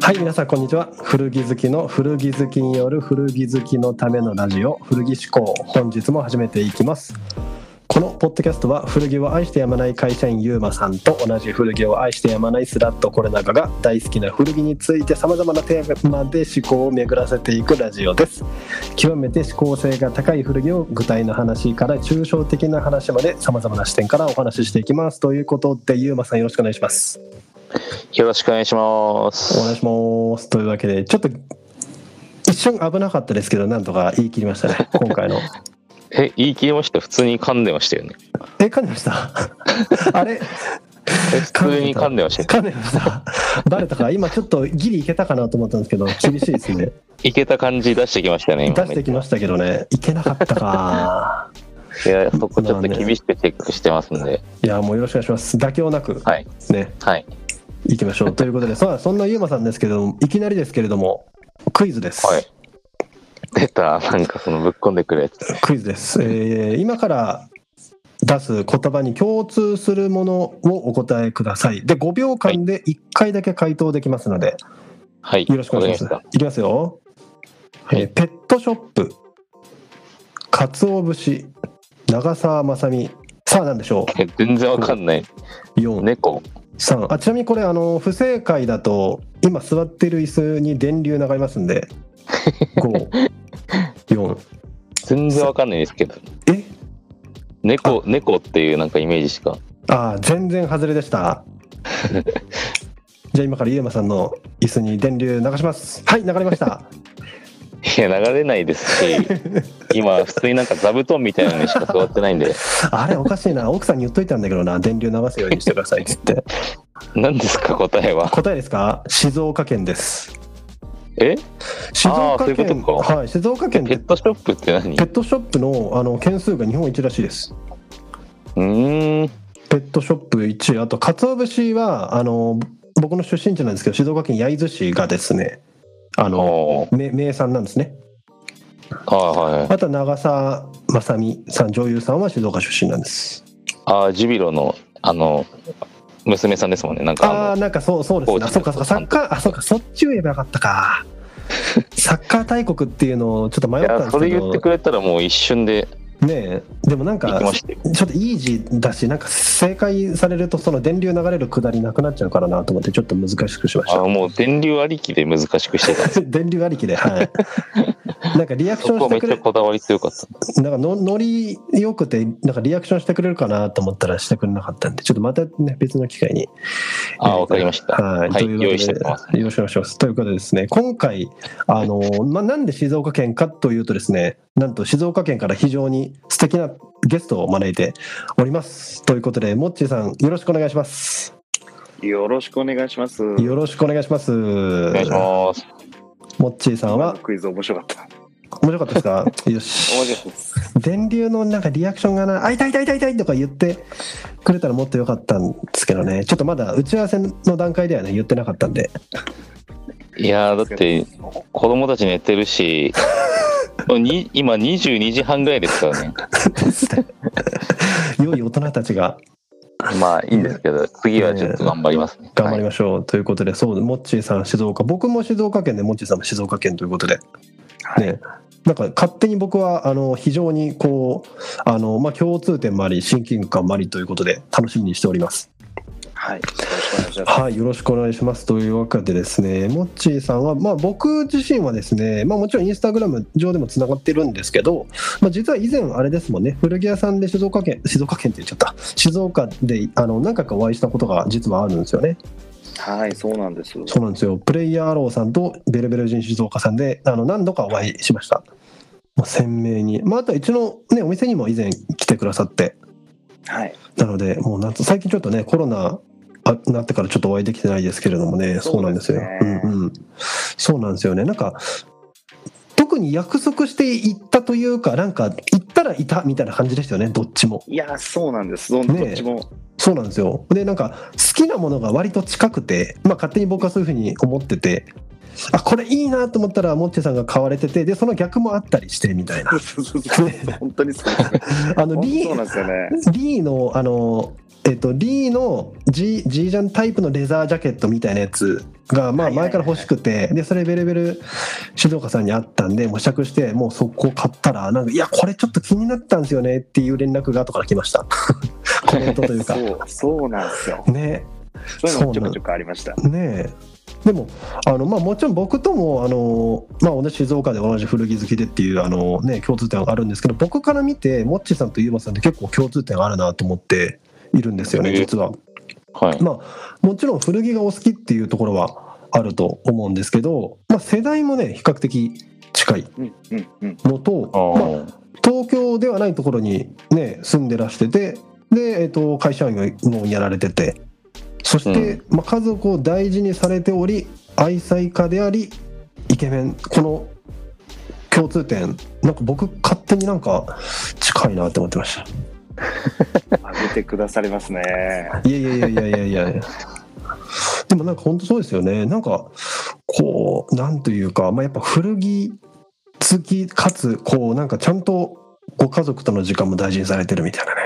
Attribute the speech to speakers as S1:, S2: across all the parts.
S1: はい、皆さんこんにちは。古着好きの古着好きによる古着好きのためのラジオ古着志向本日も始めていきます。このポッドキャストは古着を愛してやまない会社員ゆうまさんと同じ古着を愛してやまないスラットコレナカが大好きな古着についてさまざまなテーマで思考を巡らせていくラジオです極めて指向性が高い古着を具体の話から抽象的な話までさまざまな視点からお話ししていきますということでゆうまさんよろしくお願いします
S2: よろしくお願いしま
S1: お願い
S2: す。
S1: します。というわけで、ちょっと一瞬危なかったですけど、なんとか言い切りました ね、今回の。
S2: え、言い切りました普通に噛んでましたよね。
S1: え、噛んでました あれ
S2: え普通に噛んでましたよ。
S1: 噛んでましたバレたか今ちょっとギリいけたかなと思ったんですけど、厳しいですね。
S2: いけた感じ出してきましたね、 今
S1: 出
S2: ね
S1: してきましたけどね、いけなかった か。
S2: いや、そこちょっと厳しくチェックしてますんで。
S1: いや、もうよろしくお願いします。妥協なく、
S2: はい。
S1: ね、
S2: はい。
S1: いきましょう。ということで、さあそんなゆうまさんですけど、いきなりですけれども、クイズです。
S2: はい。出た、なんかそのぶっこんでくるやつ。
S1: クイズです、えー今から出す言葉に共通するものをお答えくださいで5秒間で1回だけ回答できますので、
S2: はい。
S1: よろしくお願いし
S2: わ
S1: ま
S2: か
S1: すいきますよ、
S2: はい
S1: えーペットショップかつお節長澤まさみさあ何でしょ
S2: りました。全然わかんない。
S1: う4
S2: 猫。
S1: 3あちなみにこれあの不正解だと今座ってる椅子に電流流れますん で54
S2: 全然わかんないですけど。
S1: え
S2: 猫、猫っていうなんかイメージしか。
S1: ああ全然外れでした じゃあ今からゆうまさんの椅子に電流流しますはい流れました
S2: いや、流れないで すし、今、普通になんか座布団みたいなのにしか座ってないんで、
S1: あれおかしいな奥さんに言っといたんだけどな電流流すようにしてくださいっつって
S2: 何ですか、答えは。
S1: 答えですか静岡県です
S2: え
S1: 静岡
S2: あーそうい
S1: 県
S2: うことか
S1: はい静岡県っ
S2: ペ
S1: て
S2: ットショップって何
S1: ペットショップのあの件数が日本一らしいです
S2: うーん。
S1: ペットショップ1位あと鰹節はあの僕の出身地なんですけど静岡県焼津市がですねあの
S2: おー
S1: 名名産なんですね
S2: はいはい。
S1: あとは長澤まさみさん女優さんは静岡出身なんです。
S2: ああ、ジュビロの、あの、娘さんですもんね。な
S1: あ
S2: んか
S1: あ
S2: あ
S1: ーなんかそうそうです
S2: コ
S1: ね。
S2: ーチ
S1: あそうかそうかサッカーあそうかそっちを言えばよかったか。 サッカー大国っていうのをちょっと迷
S2: の、
S1: っ
S2: い
S1: たんで
S2: や、
S1: す
S2: それ
S1: け
S2: 言
S1: ど
S2: ってくれたらもう一瞬で
S1: ねえでもなん
S2: 行き
S1: か
S2: ま
S1: ち
S2: したよ。
S1: ょっとイージーだしなんか正解されるとその電流流れるくだりなくなっちゃうからなと思ってちょっと難しくしまし
S2: あーもう電流ありきで難しくし てた。
S1: た。 電流ありきではい。 なんかリアクシ
S2: そ
S1: ョンし
S2: こめ
S1: てく
S2: っちゃ
S1: れ
S2: こだわり強かった。
S1: なんかのノリよくてなんかリアクションしてくれるかなと思ったらしてくれなかったんでちょっとまたね別の機会に
S2: ああ、わかりました。
S1: はい、
S2: はい
S1: というわけで
S2: 用意しておきます
S1: よろしくお願いします。ということでですね、今回、あの、まあ、なんで静岡県かというとですね、なんと静岡県から非常に素敵なゲストを招いております。ということで、モッチーさん、よろしくお願いします。
S3: よろしくお願いします。
S1: よろしくお願いします。
S2: お願いします。
S1: モッチーさんは、
S3: クイズ面白かった。
S1: 面白かったですかよ
S3: 面白
S1: し。
S3: かったです。
S1: 電流のなんかリアクションがな、あ、痛い痛い痛い痛いとか言ってくれたらもっと良かったんですけどね、ちょっとまだ打ち合わせの段階ではね、言ってなかったん で、
S2: いやーだって、子供たち寝てるし、 に今22時半ぐらいですからね。
S1: 良い大人たちが
S2: まあいいんですけど、次はちょっと頑張りますね。
S1: 頑張り
S2: ま
S1: ましょう、ということでそうモッチーさん静岡僕も静岡県でモッチーさんも静岡県ということで、
S3: はい
S1: ねなんか勝手に僕はあの非常にこうあの、まあ、共通点もあり親近感もありということで楽しみにしております
S3: はい。よろしくお願いします。
S1: はいよろしくお願いしますというわけでですねモッチーさんは、まあ、僕自身はですね、まあ、もちろんインスタグラム上でもつながってるんですけど、まあ、実は以前あれですもんね古着屋さんで静岡県静岡県って言っちゃった静岡であの何回かお会いしたことが実はあるんですよね
S3: はい、そうなんです。
S1: そうなんですよ。プレイヤーアローさんとベルベル人静岡さんで、あの、何度かお会いしました。まあ、鮮明に。まあ、あとはうちのね、お店にも以前来てくださって。
S3: はい。
S1: なので、もうなんと、最近ちょっとね、コロナ、あなってからちょっとお会いできてないですけれどもね、そうなんですよ。
S3: そうですね
S1: うんうん。そうなんですよね。なんか、特に約束して行ったというか、なんか、行ったらいたみたいな感じでしたよね、どっちも。
S3: いや、そうなんです。ど,、
S1: ねえ
S3: どっちも。
S1: そうなんですよ。で、なんか、好きなものが割と近くて、まあ、勝手に僕はそういうふうに思ってて、あこれいいなと思ったらモッチェさんが買われててでその逆もあったりしてみたいな
S3: 本当にそうですね。
S1: あの
S3: 本当
S1: リ
S3: そうな
S1: ー
S3: んですよね。
S1: リーのあのえっとリーの G, G ジャンタイプのレザージャケットみたいなやつがま
S3: は
S1: あ
S3: いはいはい
S1: 前から欲しくてでそれベルベル静岡さんにあったんでもう試着してもう速攻買ったらなんかいやこれちょっと気になったんですよねっていう連絡が後から来ました コメントというか
S3: そう、そうなんですよ。
S1: ね
S3: そういうのもちょくちょくありました。
S1: ねえでもあの、まあ、もちろん僕ともあの、まあ、同じ静岡で同じ古着好きでっていうあの、ね、共通点があるんですけど僕から見てモッチーさんとユーマさんって結構共通点あるなと思っているんですよね
S2: ええ
S1: 実は。
S2: はい。
S1: まあ、もちろん古着がお好きっていうところはあると思うんですけど、まあ、世代もね比較的近い
S3: うんうんうん。
S1: のと
S2: あ
S1: まあ
S2: ー
S1: 東京ではないところに、ね、住んでらしててで、えっと会社員をやられててそして、まあ、家族を大事にされており愛妻家でありイケメンこの共通点なんか僕勝手になんか近いなって思ってました
S3: あげてくださりますね。
S1: いやいやいやいやいやいやいや でもなんか本当そうですよねなんかこうなんというか、まあ、やっぱ古着好きかつこうなんかちゃんとご家族との時間も大事にされてるみたいなね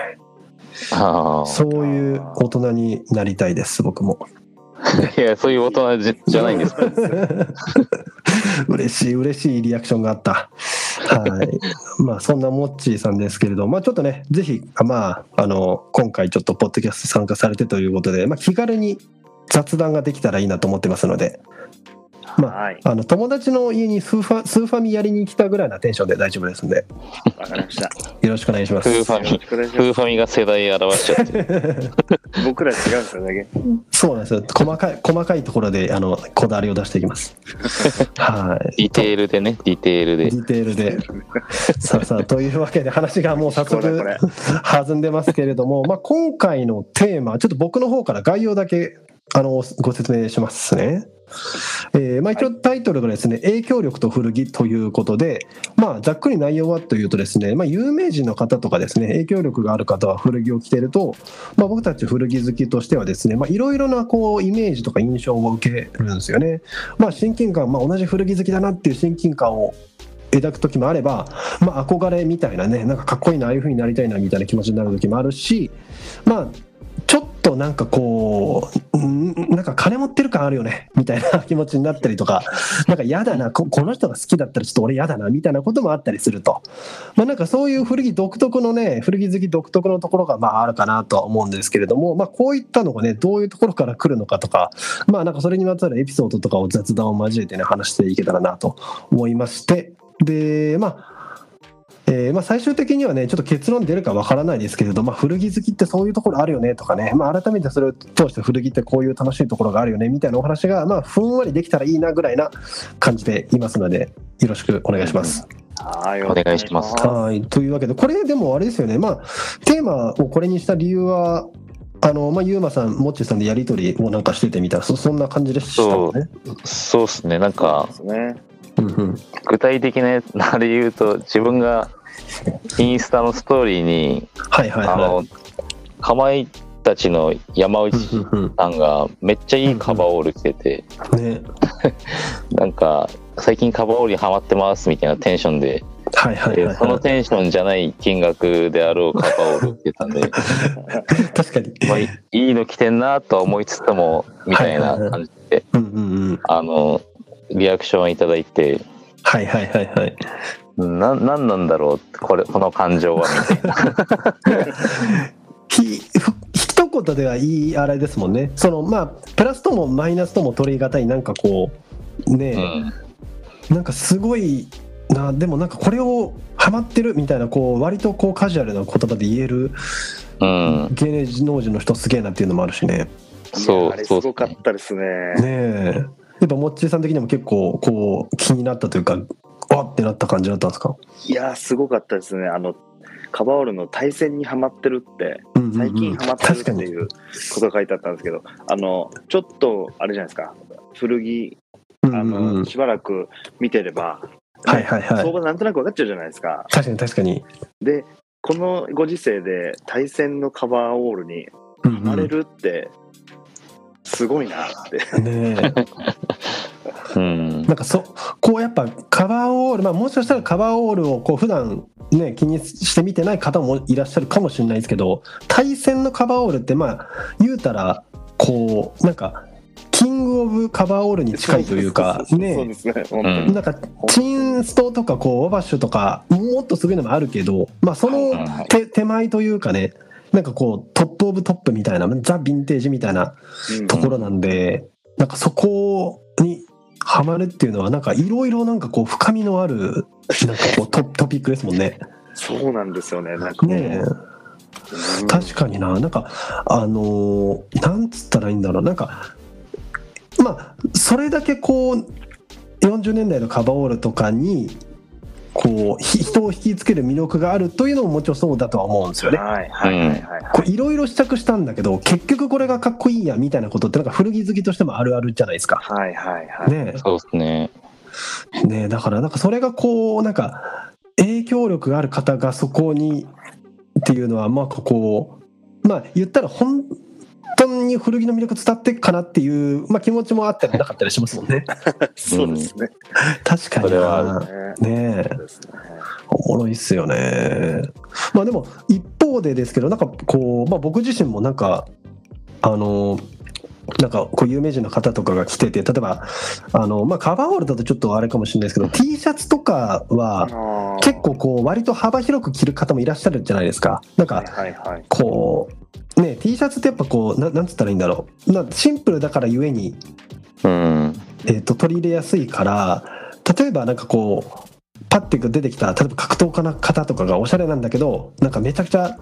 S2: あー。
S1: そういう大人になりたいです、僕も。
S2: いや、そういう大人じじゃないんです。
S1: 嬉しい、嬉しいリアクションがあった。はい。まあ、そんなモッチーさんですけれど、まあ、ちょっとね、ぜひ、あまあ、あの、今回ちょっと、ポッドキャスト参加されてということで、まあ、気軽に雑談ができたらいいなと思ってますので、まあ、
S3: はい。
S1: あの、友達の家にスーファ、スーファミやりに来たぐらいなテンションで大丈夫ですんで、
S3: わかりました。
S1: よろしくお願いします。
S2: スーファミ
S3: よろしくお願いし
S2: フ
S3: ま
S2: ーファミが世代表しちゃってる。
S3: す僕ら違うんですよね。
S1: そうなんですよ。細かい、細かいところで、あの、こだわりを出していき ます。はい。
S2: ディテールでね、ディテール
S1: デ
S2: で。
S1: ィテールで。 さあさあ、というわけで話がもう早
S3: これこ
S1: 速
S3: れ。
S1: 弾んでますけれども、まあ、 今回のテーマ、ちょっと僕の方から概要だけあのご説明しますね。えーまあ、一応タイトルがですね、影響力と古着ということで、まあ、ざっくり内容はというとですね、まあ、有名人の方とかですね、影響力がある方は古着を着てると、まあ、僕たち古着好きとしてはですね、まあ、いろいろなこうイメージとか印象を受けるんですよね。まあ、親近感、まあ、同じ古着好きだなっていう親近感を抱く時もあれば、まあ、憧れみたいなねなんかかっこいいなああいう風になりたいなみたいな気持ちになる時もあるしまあちょっとなんかこううんなんか金持ってる感あるよねみたいな気持ちになったりとかなんか嫌だなここの人が好きだったらちょっと俺嫌だなみたいなこともあったりすると、まあ、なんかそういう古着独特のね古着好き独特のところがまああるかなとは思うんですけれども、まあ、こういったのがねどういうところから来るのかとかまあなんかそれにまつわるエピソードとかを雑談を交えてね話していけたらなと思いましてでまあえーまあ、最終的にはねちょっと結論出るかわからないですけれど、まあ、古着好きってそういうところあるよねとかね、まあ、改めてそれを通して古着ってこういう楽しいところがあるよねみたいなお話が、まあ、ふんわりできたらいいなぐらいな感じでいますのでよろしくお願いします。
S3: はい。
S2: お願いします
S1: はいというわけでこれでもあれですよね、まあ、テーマをこれにした理由はあの、まあ、ゆうまさんもっちーさんでやり取りをなんかしててみたらそそんな感じでしたもんね。
S2: そうですね。なん
S3: そう
S2: か
S3: で、すね。
S1: うんうん
S2: 具体的なあれ言うと、自分がインスタのストーリーに、
S1: はいはい
S2: あ
S1: は
S2: の、かまいたちの山内
S1: い。うんうん
S2: さんがめっちゃいいカバーオール着てて、
S1: うんね、
S2: なんか、最近カバーオールにハマってますみたいなテンションで、
S1: はいはいは
S2: で
S1: い、
S2: その
S1: は
S2: テンションじゃない金額であろうカバーオール着てたん で、
S1: い。確かに。
S2: まあ、いいの着てんなとは思いつつも、みたいな感じで、
S1: うんうんうん。
S2: あの、リアクションいただいて、
S1: はいはいはいはい。
S2: な、なんなんだろう、これ、この感情は、みたい
S1: ひふ一言ではいいあれですもんねそのまあプラスともマイナスとも取り難いなんかこうね
S2: な。
S1: え、なんかすごいなでもなんかこれをハマってるみたいなこう割とこうカジュアルな言葉で言える
S2: うん。うん。
S1: 芸能人の人すげえなっていうのもあるしね
S3: い
S2: そ
S3: やあ
S2: う、
S3: れ
S2: そ
S3: す
S2: う
S3: ご
S2: っ
S3: か
S2: す
S3: っ
S2: ね。
S3: たですね。
S1: ねえやっぱモッチーさん的にも結構こう気になったというかあってなった感じだったんですか、
S3: いやー、すごかったですね。あの、カバオールの対戦にハマってるって、
S1: うんうんうん
S3: 最近ハマってるっ
S1: 確
S3: て
S1: か
S3: い
S1: に
S3: うことが書いてあったんですけど、あの、ちょっと、あれじゃないですか、古着、
S1: うん
S3: あ
S1: うんうん
S3: の、しばらく見てれば、
S1: はいはいは
S3: 相
S1: い
S3: 場なんとなく分かっちゃうじゃないですか。
S1: 確かに確かに、
S3: で、このご時世で対戦のカバーオールに
S1: うんうん
S3: ハマれるって、すごいなって。
S1: ねえ
S2: うん
S1: なんかそこうやっぱカバーオール、まあ、もしかしたらカバーオールをこう普段ね気にして見てない方もいらっしゃるかもしれないですけど対戦のカバーオールってまあ言うたらこうなんかキング・オブ・カバーオールに近いというか
S3: そうそうそうそ
S1: ね
S3: うですね、本当に。
S2: うん
S1: なんかチンストとかこうオバッシュとかもっとすごいのもあるけど、まあ、その
S2: はいはい
S1: 手手前というかねなんかこうトップ・オブ・トップみたいなザ・ヴィンテージみたいな
S3: うん
S1: ところなんで、なんかそこにハマるっていうのはなんかいろいろなんかこう深みのあるなんかこうトトピックですもんね。
S3: そうなんですよね、なんかもう
S1: ねえ
S3: うん
S1: 確かにななんかあのーなんつったらいいんだろうなんかまあそれだけこう40年代のカバオールとかにこうひ人を引きつける魅力があるというのももちろんそうだとは思うんですよね。
S3: はいはいはいはいはい。
S1: こういろいろ試着したんだけど結局これがかっこいいやみたいなことってなんか古着好きとしてもあるあるじゃないですか。
S3: はいはいはい。
S1: ねえ
S2: そうですね。
S1: ねえだからなんかそれがこうなんか影響力がある方がそこにっていうのはまあここまあ言ったら本当に古着の魅力伝ってっかなっていう、まあ、気持ちもあったりなかったりしますもんね
S3: そうですね。
S1: 確かに
S2: それはあ
S1: なねえ
S3: そうですね
S1: おもろいっすよねまあでも一方でですけどなんかこう、まあ、僕自身もなんかあのなんかこう有名人の方とかが来てて例えばあの、まあ、カバーオールだとちょっとあれかもしれないですけど T シャツとかは
S3: あー
S1: 結構こう割と幅広く着る方もいらっしゃるじゃないですかなん
S3: はい
S1: か
S3: はいはい。
S1: こうね T シャツってやっぱこうななんつったらいいんだろうなシンプルだからゆえに、
S2: うん。
S1: えー、と取り入れやすいから例えばなんかこうパッて出てきた例えば格闘家の方とかがおしゃれなんだけどなんかめちゃくちゃ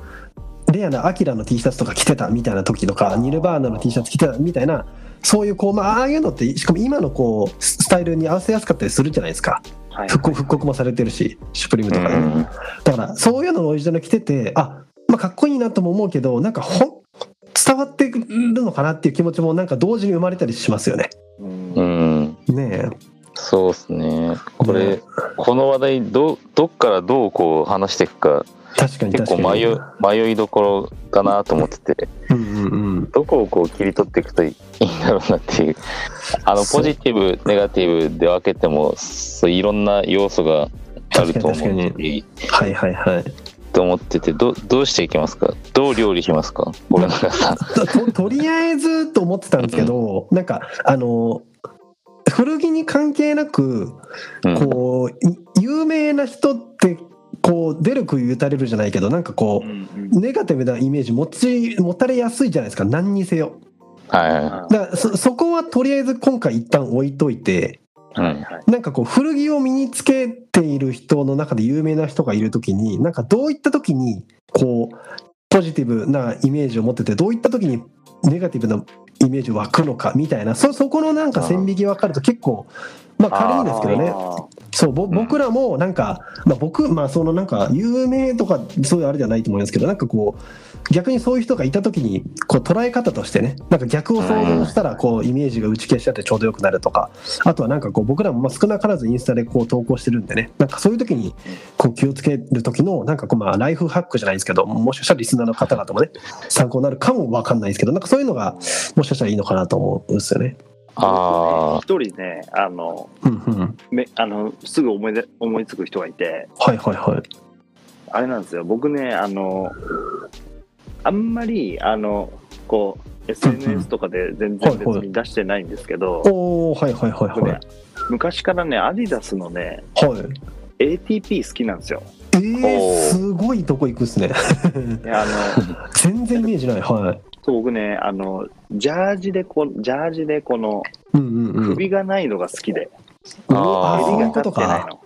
S1: レアなアキラの T シャツとか着てたみたいな時とかニルバーナの T シャツ着てたみたいなそういうこうまあああいうのってしかも今のこうススタイルに合わせやすかったりするじゃないですか
S3: はい
S1: 復刻復刻もされてるしシュプリームとかでね。だからそういうののオリジナル着ててあ、まあ、かっこいいなとも思うけどなんかほん伝わってくるのかなっていう気持ちもなんか同時に生まれたりしますよね。
S3: うん
S2: うん。うん
S1: ね
S2: そうですね。これ、
S1: ね
S2: この話題どどっからどうこう話していくか
S1: え確かに
S2: 結
S1: 確
S2: 構
S1: かに。
S2: 迷う迷いどころかなと思ってて
S1: うんうんうん
S2: どこをこう切り取っていくといいいいんだろうなっていうあの
S1: そう
S2: ポジティブネガティブで分けてもそういろんな要素があると思う
S1: 確かに確か
S2: し
S1: はいはいはい。
S2: と思っててどどうしていきますかどう料理しますかこれなんかさ
S1: とととりあえずと思ってたんですけどなんかあの古着に関係なく
S2: うん
S1: こうい有名な人ってこう出る杭打たれるじゃないけどなんかこ
S3: う
S1: うん
S3: うん
S1: ネガティブなイメージ持ち持たれやすいじゃないですか何にせよ。
S2: はいは
S3: は
S1: だからそそこはとりあえず今回一旦置いといて
S2: いうん
S3: い
S1: なんかこう古着を身につけている人の中で有名な人がいる時になんかどういった時にこうポジティブなイメージを持っててどういった時にネガティブなイメージ湧くのかみたいなそそこのなんか線引き分かると結構まあ軽いんですけどねそうぼ僕らもなんか、まあ、僕まあそのなんか有名とかそういうあれじゃないと思いますけどなんかこう逆にそういう人がいた時にこう捉え方としてねなんか逆を想像したらこうイメージが打ち消しちゃってちょうどよくなるとかあとはなんかこう僕らもまあ少なからずインスタでこう投稿してるんでねなんかそういう時にこう気をつける時のなんかこうまあライフハックじゃないですけどもしかしたらリスナーの方々もね参考になるかもわかんないですけどなんかそういうのがもしかしたらいいのかなと思うんですよね。
S2: あ
S3: 一人ねあの
S1: うんうん、
S3: めあのすぐ思い出思いつく人がいて
S1: はいはいはい。
S3: あれなんですよ僕ねあのあんまりあの
S1: う
S3: こう
S1: んうん
S3: SNS とかで全然
S1: はい
S3: 別
S1: はい
S3: に出してないんですけど、
S1: おおはいはいはい
S3: 僕
S1: は
S3: ね昔からねアディダスのね
S1: い。はい
S3: ATP 好きなんですよ。
S1: え
S2: お
S1: ー、
S2: ー
S1: すごいとこ行くっすね。
S3: であの
S1: 全然イメージない。はい。
S3: そう僕ねあのジャージでこジャージでこの
S1: うんうんうん。
S3: 首がないのが好きで、
S1: お
S2: あ
S1: あ
S2: ー
S1: そう
S3: 襟
S1: い
S3: が
S1: うこ
S3: 立
S1: と
S3: ってない
S1: か。
S3: の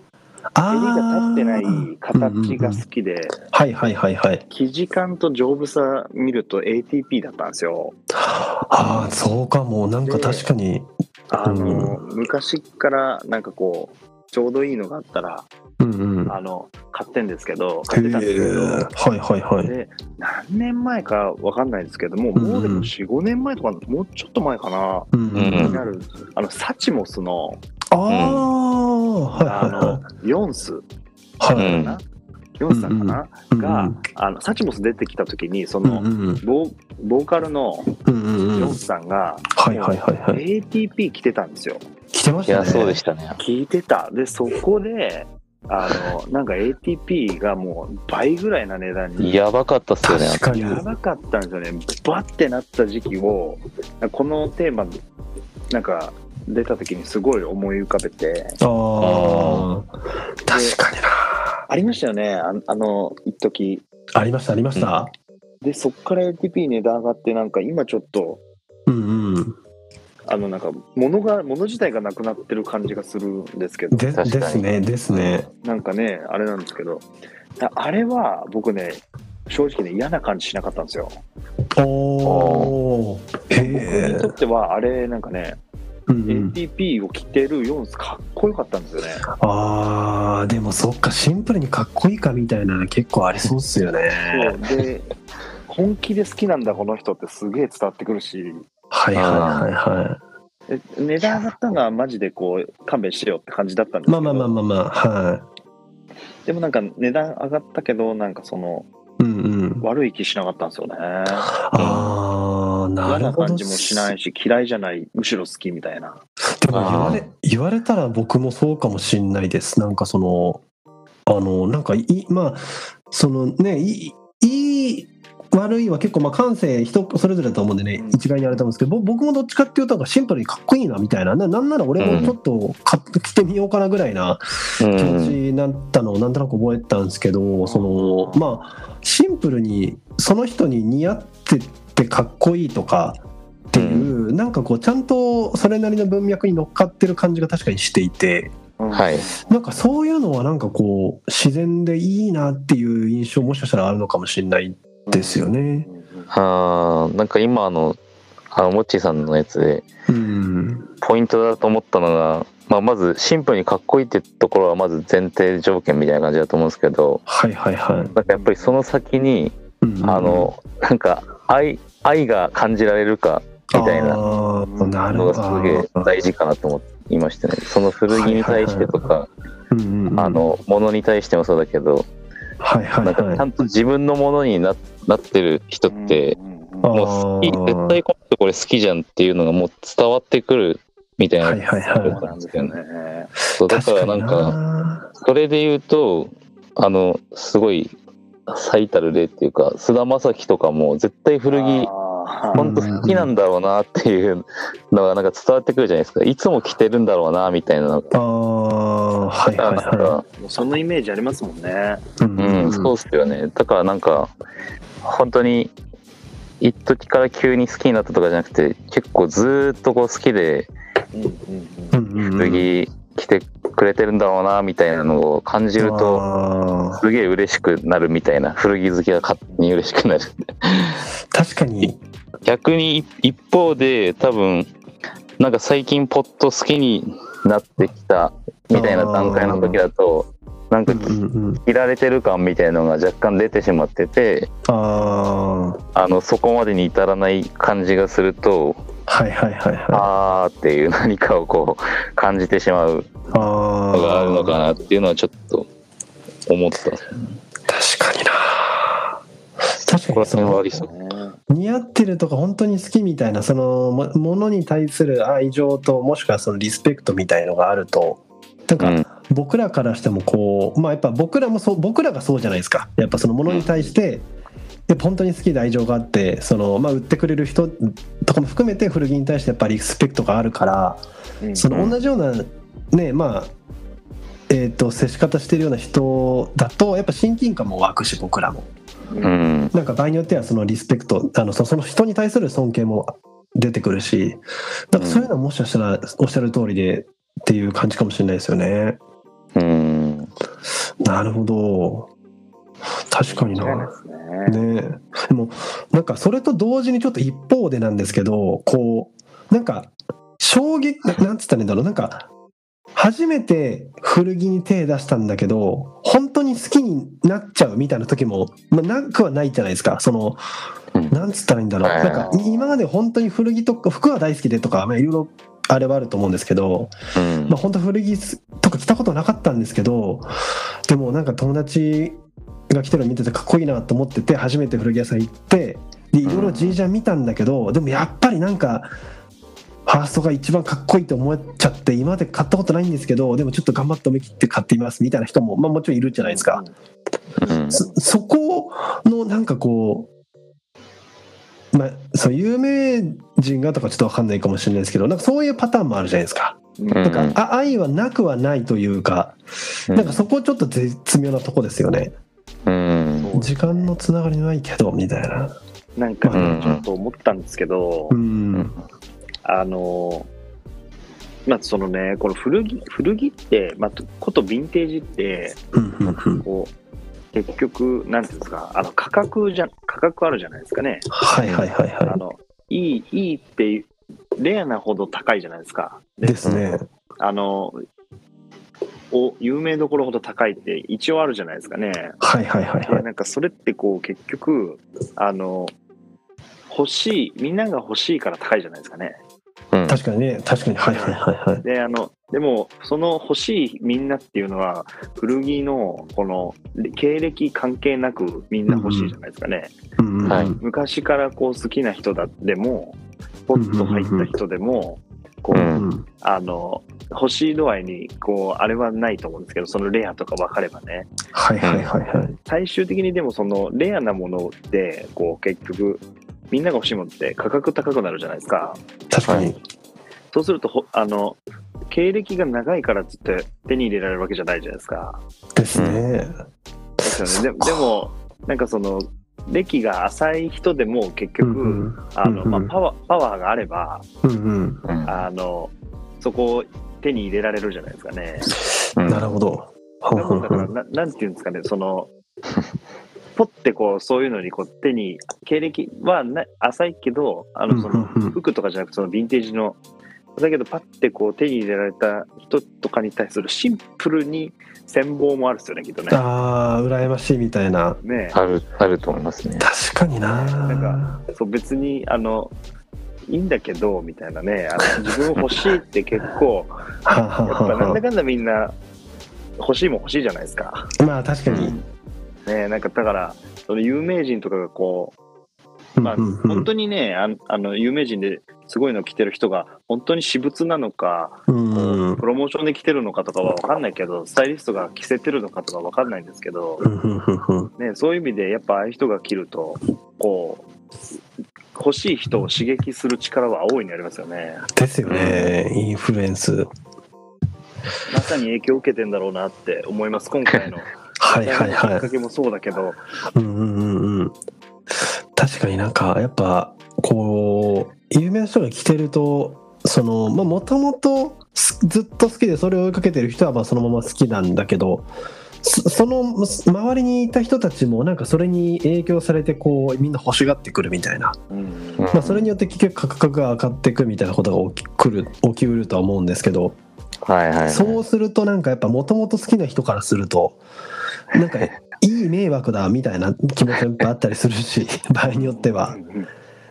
S1: あ
S3: 襟が立ってな
S1: ー
S3: い形が好きで、
S1: はいはいはいはい。
S3: 生地感と丈夫さ見ると ATP だったんですよ。
S1: ああ、そうかも。なんか確かに。
S3: あの、昔からなんかこうちょうどいいのがあったら
S1: うんうん。
S3: あの買ってんですけど
S1: へ
S3: 買ってたんですけど、
S1: ーはいはいはい。
S3: で何年前かわかんないですけどもう
S1: うんうん
S3: もうでも45年前とかもうちょっと前かな、
S1: うんうん
S2: う
S1: うん
S3: にな。るあのサチモスの
S1: ああ、はい
S3: あ
S1: は
S3: の、ヨンス
S1: いはい。
S2: う
S1: は
S2: ん
S1: い。
S3: かな、ヨンスさんかな、
S1: うん
S3: が、あのサチモス出てきた時にそ
S1: うん
S3: の、
S1: うん
S3: ボーボーカルの
S1: うんうんう
S3: ヨ
S1: ん
S3: ンスさんが、
S1: はいはいはいはい
S3: ATP 来てたんですよ
S1: 来てまし
S2: い
S1: た
S2: や、
S1: ね
S2: そうでしたね。
S3: 聞いてたでそこであのなんか ATP がもう倍ぐらいな値段に
S2: やばかったっすよね。
S1: 確かに
S3: やばかったんですよねバッてなった時期をこのテーマなんか出た時にすごい思い浮かべて
S1: ああ確かにな
S3: ありましたよねああの一時
S1: ありましたありました
S3: でそっから ATP 値段上がってなんか今ちょっと
S1: うんうん
S3: あのなんか物が物自体がなくなってる感じがするんですけど
S1: で
S2: 確かに
S1: ですねですね
S3: なんかねあれなんですけどああれは僕ね正直ね嫌な感じしなかったんですよ
S1: おお
S3: 僕
S1: へ
S3: に
S1: え
S3: とってはあれなんかね、
S1: うんうん
S3: ATP を着てるヨンスかっこよかったんですよね
S1: あーでもそっかシンプルにかっこいいかみたいなの結構ありそうっすよね
S3: そうで本気で好きなんだこの人ってすげえ伝わってくるし
S1: はいはいはいは
S3: え値段上がったのはマジでこう勘弁してよって感じだったんです
S1: い
S3: け
S1: まあ
S3: ど
S1: まあまあまあまあは
S3: でもなんか値段上がったけどなんかその
S1: いうんうん
S3: 悪い気しなかったんですよね
S1: ああな
S3: 嫌
S1: る
S3: な
S1: ほど
S3: 感じもしないし嫌いじゃないむしろ好きみたいな
S1: でも言わ
S2: あ
S1: れ言われたら僕もそうかもしんないですなんかそのあのなんかいいまあそのねいいいい悪いは結構まあ感性人それぞれだと思うんでね
S3: うん
S1: 一概にあれと思うんですけどぼ僕もどっちかっていうとなんかシンプルにかっこいいなみたいなななんなら俺もちょっと買ってきてみようかなぐらいな
S2: う
S1: 気持ち
S2: ん。
S1: になったのをなんとなく覚えたんですけどそのまあシンプルにその人に似合っててかっこいいとかっていう、なんかこうちゃんとそれなりの文脈に乗っかってる感じが確かにしていて
S3: うん
S2: はい。
S1: なんかそういうのはなんかこう自然でいいなっていう印象もしかしたらあるのかもしれないですよね。
S3: うんうん
S2: あーなんか今あの、あの、モッチーさんのやつで、
S1: うん、
S2: ポイントだと思ったのが、まあ、まずシンプルにかっこいいってところはまず前提条件みたいな感じだと思うんですけど、
S1: はいはいはい。
S2: なんかやっぱりその先に、
S1: うん
S2: あの、なんか愛、愛が感じられるかみたいな
S1: あーなるほ
S2: のがすげえ
S1: ど。
S2: 大事かなと思いましたね。その古着に対してとか、
S1: うんうん
S2: あ、の、物に対してもそうだけど、
S1: はいはい
S2: なんかちゃ
S1: は
S2: んと自分のものにななってる人って、
S3: うんうんうん
S1: あ
S2: もう好き、
S1: あー
S2: 絶対この人これ好きじゃんっていうのがもう伝わってくるみたい
S1: い。
S2: な、
S1: はいはい
S3: そ
S1: は
S3: うなんですよね
S1: い。
S2: そうだからなん
S1: 確
S2: か、
S1: にな
S2: それで言うと、あの、すごい最たる例っていうか、菅田将暉とかも絶対古着、
S3: あー
S2: 本当好きなんだろうなっていうのがなんか伝わってくるじゃないですか。いつも着てるんだろうなみたいなのが。
S1: ああ、はいはい
S2: なん
S1: は
S2: か
S3: もうそのイメージありますもんね
S1: い。う
S2: うん、そうっすよね。だからなんか、本当に、一時から急に好きになったとかじゃなくて、結構ずーっとこう好きで、
S3: うんうん
S1: う
S3: うん
S1: うんうん。
S2: 古着着てくれてるんだろうな、みたいなのを感じると、
S1: あ
S2: すげえ嬉しくなるみたいな、古着好きが勝手に嬉しくなる。
S1: ー確かに。
S2: 逆に一一方で、多分、なんか最近ポッと好きになってきたみたいな段階の時だと、なん
S1: う
S2: か
S1: んうんうん。
S2: 着られてる感みたいのが若干出てしまってて、
S1: あ
S2: あのそこまでに至らない感じがすると
S1: あ、はいはいはいは
S2: あーっていう何かをこう感じてしま
S1: い。
S2: う
S1: ああ。
S2: のがあるのかなっていうのはちょっと思った
S1: 確かにな。確か
S2: この
S1: にそ
S2: 辺はあ
S1: の
S2: りそう
S1: 似合ってるとか本当に好きみたいなそのもものに対する愛情ともしくはそのリスペクトみたいのがあるとなんか、
S2: うん
S1: 僕らからしてもこうまあやっぱ僕らもそう僕らがそうじゃないですかやっぱそのものに対して、やっぱ本当に好きで愛情があってその、まあ、売ってくれる人とかも含めて古着に対してやっぱりリスペクトがあるから
S3: うん
S1: その同じようなねまあえー、と接し方してるような人だとやっぱ親近感も湧くし僕らも。
S3: うん
S2: うん
S1: なんか場合によってはそのリスペクトあのそその人に対する尊敬も出てくるしなんかそういうのはもしかしたらおっしゃる通りでっていう感じかもしれないですよね。
S2: うん
S1: なるほど確かに
S3: 間違いな
S1: な。
S3: いです
S1: ね
S3: ね
S1: えでもなんかそれと同時にちょっと一方でなんですけどこうなんか衝撃ななんつったらいいんだろうなんか初めて古着に手出したんだけど本当に好きになっちゃうみたいな時も、まあ、なくはないじゃないですかその
S2: うん
S1: なんつったらいいんだろう、
S2: はい
S1: なんか今まで本当に古着とか服は大好きでとか、まあ、いろいろあれはあると思うんですけど、
S2: うん
S1: まあ、本当古着とか着たことなかったんですけどでもなんか友達が来てるの見ててかっこいいなと思ってて初めて古着屋さん行ってでいろいろジージャン見たんだけど、でもやっぱりなんかファーストが一番かっこいいと思っちゃって今まで買ったことないんですけどでもちょっと頑張って思い切って買ってみますみたいな人も、まあ、もちろんいるじゃないですか。
S2: うん
S1: そそこのなんかこう、まあ、そう有名人がとかちょっとわかんないかもしれないですけどなんかそういうパターンもあるじゃないですか。
S3: うん
S1: なんか、あ愛はなくはないというか、
S2: うん
S1: なんかそこちょっと絶妙なとこですよね。
S2: うん
S1: 時間のつながりないけどみたいな。
S3: なんか
S2: うん
S3: ねちょっと思ったんですけど、
S1: うん。
S3: あのまあそのねこの古着古着って、まあ、とことヴィンテージって
S1: うんうんうん。
S3: こう結局なんていうんですかあの価格じゃ価格あるじゃないですかね
S1: はいはいはい
S3: あ
S1: は
S3: のいいいいっていうレアなほど高いじゃないですか
S1: い。ですね。
S3: あのお有名どころほど高いって一応あるじゃないですかね
S1: はいはいはいは
S3: でなんかそれってこう結局あの欲しいみんなが欲しいから高いじゃないですかね
S2: うん
S1: い。確かにね確かにはいはいはいはい。
S3: であのでもその欲しいみんなっていうのは古着のこの経歴関係なくみんな欲しいじゃないですかね、
S1: うんうんうん
S2: はい
S3: 昔からこう好きな人だでもポッと入った人でもこう、
S2: うん
S1: うん
S3: あの欲しい度合いにこうあれはないと思うんですけどそのレアとか分かればね
S1: はいはいはいはい。
S3: 最終的にでもそのレアなものってこう結局みんなが欲しいものって価格高くなるじゃないですか
S1: 確かに。
S3: そうするとほあの経歴が長いからっつって手に入れられるわけじゃないじゃないですか
S1: ですね。
S3: ですよねで
S1: そ
S3: で
S1: っか
S3: もなんかその歴が浅い人でも結局、
S1: うん
S3: あのまあ
S1: うんうん
S3: パワーパワーがあれば
S1: うんうん
S3: あのそこを手に入れられるじゃないですかね。
S2: うん
S1: なるほど。ほん
S3: 多
S1: ほん
S3: 分だか
S1: ほ
S3: ら
S1: ん
S3: ななんていうんですかねその ポッてこうそういうのにこう手に経歴はな浅いけどあのその
S1: うんうんうん
S3: 服とかじゃなくてそのヴィンテージのだけどパッてこう手に入れられた人とかに対するシンプルに羨望もあるですよねきっとね。
S1: ああ羨ましいみたいな。
S3: ね
S2: あるあると思いますね。
S1: 確かにな。
S3: なそう別にあのいいんだけどみたいなねあの自分欲しいって結構
S1: はあはあ
S3: やっ
S1: は
S3: ぱ
S1: あ
S3: なん
S1: は
S3: だかんだみんな欲しいもん欲しいじゃないですか。
S1: あまあ確かに。
S3: ねなんかだからその有名人とかがこう、まあ、
S1: うんうんうん
S3: 本当にねあんあの有名人ですごいの着てる人が本当に私物なのか
S1: うんうん
S3: プロモーションで着てるのかとかは分かんないけどスタイリストが着せてるのかとか分かんないんですけど、
S1: うんうんうんうん
S3: ね、そういう意味でやっぱああいう人が着るとこう欲しい人を刺激する力は大いにありますよね
S1: ですよね、インフルエンス。
S3: まさに影響を受けてんだろうなって思います今回の
S1: はいはい
S3: き
S1: は
S3: っか
S1: い。
S3: けもそうだけど、
S1: うんうんうんうん。確かになんかやっぱこう有名な人が着てるとそのまあもともとずっと好きでそれを追いかけてる人はまあそのまま好きなんだけど。そそのす周りにいた人たちもなんかそれに影響されてこうみんな欲しがってくるみたいな、
S3: うん
S2: うん
S1: まあ、それによって結局価格が上がっていくみたいなことが起きくる起きうるとは思うんですけど、
S2: はいはいはい。
S1: そうするとなんかやっぱもともと好きな人からするとなん かいい迷惑だみたいな気持ちもいっぱいあったりする し場合によっては。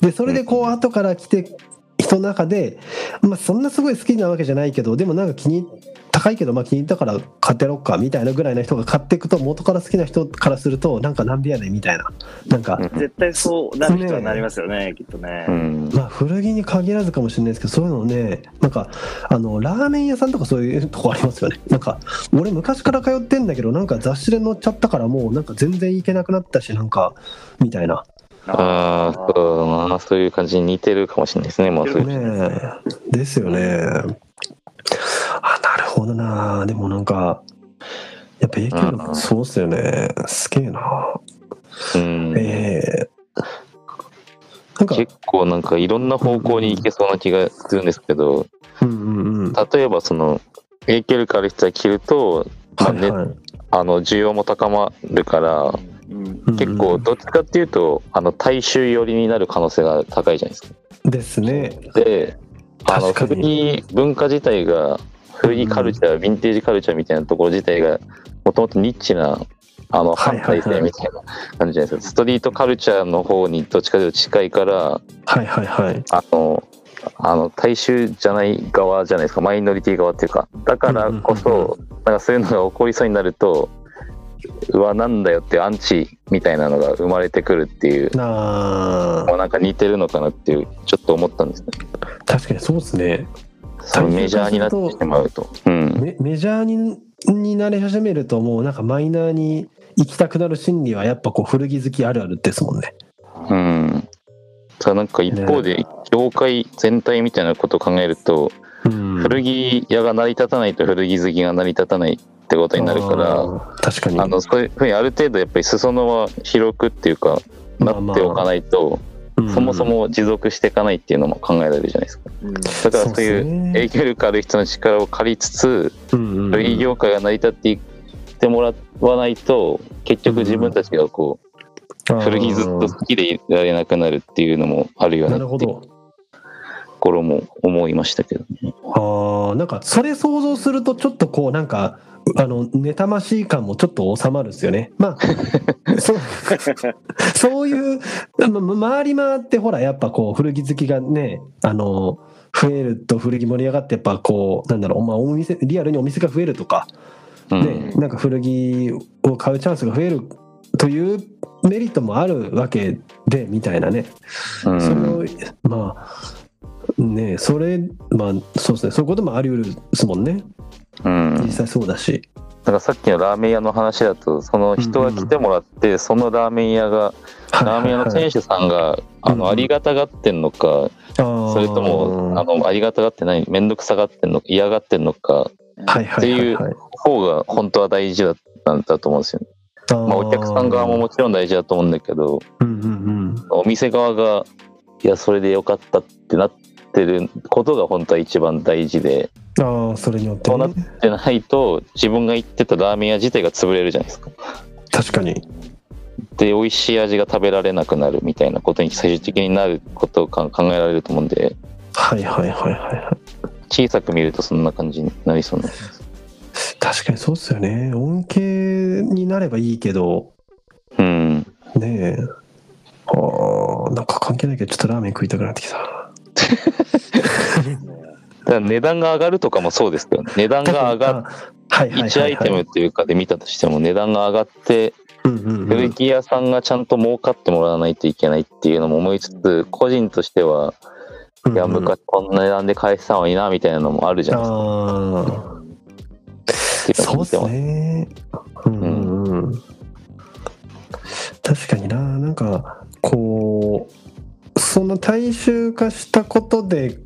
S1: でそれでこう後から来て人の中で、まあ、そんなすごい好きなわけじゃないけどでもなんか気に高いけどまあ気に入ったから買ってやろっかみたいなぐらいな人が買っていくと元から好きな人からするとなんかなんでやねんみたいななんか、
S2: うん
S3: 絶対そうなる人はなりますよねきっとね。
S2: うん
S1: まあ、古着に限らずかもしれないですけどそういうのねなんかあのラーメン屋さんとかそういうとこありますよねなんか俺昔から通ってんだけどなんか雑誌で載っちゃったからもうなんか全然行けなくなったしなんかみたいな
S2: ああ、そうだな、そういう感じに似てるかもしれないですね、まあ、そういう。
S1: ねえですよねあなるほどなでもなんかやっぱ影響
S2: うん
S1: 力そうっすよねすげえな
S2: うん
S1: ええなんか
S2: 結構なんかいろんな方向に行けそうな気がするんですけど、
S1: うんうんうん
S2: 例えばその影響力ある人は着ると、まあ
S1: はい
S2: ね
S1: はい
S2: あの需要も高まるから、
S3: う
S1: う
S3: ん
S1: ん
S2: 結構どっちかっていうと、あの大衆寄りになる可能性が高いじゃないですか。
S1: ですね
S2: で、あの
S1: 確か
S2: 古
S1: に
S2: 着文化自体が、古着カルチャー、ヴィンテージカルチャーみたいなところ自体が、もともとニッチな、あの
S1: はい
S2: 反
S1: はいはい
S2: 体制みたいな感じじゃないですか。ストリートカルチャーの方にどっちかというと近いから、
S1: はいはいはい
S2: あの、あの大衆じゃない側じゃないですかマイノリティ側っていうかだからこそ、
S1: うんうんうん
S2: なんかそういうのが起こりそうになるとうわなんだよってアンチみたいなのが生まれてくるっていう
S1: あ
S2: もうなんか似てるのかなっていうちょっと思ったんですね
S1: ー確かにそうですね
S2: そのメジャーになってしまうと、うん、
S1: メメジャーにになり始めるともうなんかマイナーに行きたくなる心理はやっぱこう古着好きあるあるですもんね
S2: うん、ただなんか一方で業界全体みたいなことを考えると
S1: うん
S2: 古着屋が成り立たないと古着好きが成り立たないってことになるから
S1: あー確かに
S2: あのそういうふうにある程度やっぱり裾野は広くっていうかなっておかないと、
S1: うん
S2: そもそも持続していかないっていうのも考えられるじゃないですか
S3: うん
S2: だからそういう影響力ある人の力を借りつつ
S1: うんうん
S2: 古着業界が成り立っていってもらわないと結局自分たちがこう古着ずっと好きでいられなくなるっていうのもあるよ
S1: あーな
S2: な
S1: るほ
S2: っていう
S1: ど
S2: ところも思いましたけどね
S1: あーなんかそれ想像するとちょっとこうなんかあの妬ましい感もちょっと収まるんですよね まあそうそういうまま回り回ってほらやっぱこう古着好きがねあの増えると古着盛り上がってやっぱこうなんだろう、まあ、お店リアルにお店が増えるとか、
S2: う
S1: ね
S2: ん、
S1: なんか古着を買うチャンスが増えるというメリットもあるわけでみたいなね
S2: う
S1: それ
S2: ん
S1: をまあねえそれまあそうですねそういうこともあり得るですもんね
S2: うん、
S1: 実際そうだし、
S2: なんかさっきのラーメン屋の話だとその人が来てもらって、そのラーメン屋がラーメン屋の店主さんがあ
S1: うん
S2: のありがたがってんのか、そ
S1: そ
S2: れともあのありがたがってない面倒くさがってんのか嫌がってんのか
S1: はいはいはいはい
S2: 方が本当は大事だったんだと思うんですよ、ね
S1: あー
S2: まあ、お客さん側ももちろん大事だと思うんだけど
S1: うんうん
S2: お店側がいやそれでよかったってなってることが本当は一番大事で
S1: うんああそれによって、
S2: そうなっ
S1: ね、
S2: てないと自分が行ってたラーメン屋自体が潰れるじゃないですか。
S1: 確かに
S2: で美味しい味が食べられなくなるみたいなことに最終的になることが考えられると思うんで
S1: はいはいはいはいはい
S2: 小さく見るとそんな感じになりそうな
S1: 確かにそうっすよね恩恵になればいいけど
S2: うん
S1: ねえあーなんか関係ないけどちょっとラーメン食いたくなってきた
S2: だから値段が上がるとかもそうですけど、ね、値段が上がっ
S1: あはいはいはい、はい、
S2: 1アイテムっていうかで見たとしても値段が上がって
S1: うんうんう
S2: 古
S1: ん
S2: 着屋さんがちゃんと儲かってもらわないといけないっていうのも思いつつ個人としては
S1: うん
S2: いや昔こんな値段で返したのになみたいなのもあるじゃないで
S1: ああ
S2: すか。
S1: そうですね。うんうんうん。確かにな、なんかこうその大衆化したことで、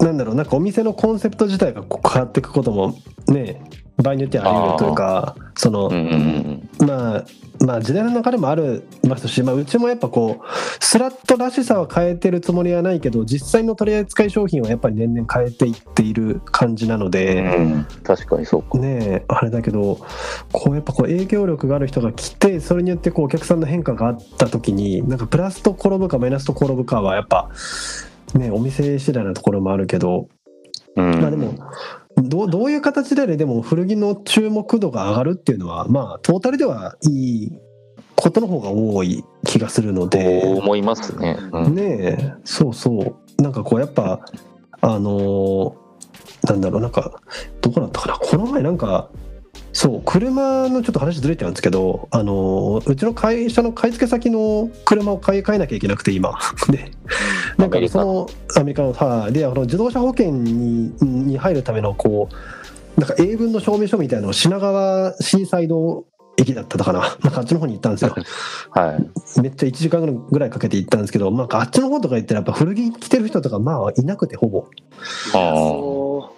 S1: なんだろう、なんかお店のコンセプト自体がこう変わっていくこともね、場合によってはあり得るというか、その、
S2: うんうんうん
S1: まあ。まあ時代の流れもありますし、まあ、うちもやっぱこうスラットらしさは変えてるつもりはないけど実際の取り扱い商品はやっぱり年々変えていっている感じなので、
S2: うん、確かにそうか。
S1: ねえあれだけどこうやっぱこう影響力がある人が来てそれによってこうお客さんの変化があった時になんかプラスと転ぶかマイナスと転ぶかはやっぱねお店次第なところもあるけど
S2: うん、
S1: まあでもどうどういう形であれでも古着の注目度が上がるっていうのはまあトータルではいいことの方が多い気がするので。
S2: そう思いますね。うん
S1: ねえそうそうなんかこうやっぱあのーなんだろうなんかどこだったかなこの前なんかそう車のちょっと話ずれちゃうんですけどあのーうちの会社の買い付け先の車を買い替えなきゃいけなくて今 でなんかそのアメリカのはいであの自動車保険にに入るためのこうなんか英文の証明書みたいなのを品川シーサイド駅だったかななんかあっちの方に行ったんですよ
S2: はい。
S1: めっちゃ1時間ぐらいかけて行ったんですけど、なんかあっちの方とか行ったらやっぱ古着着てる人とかまあいなくてほぼ、
S2: あー
S3: そ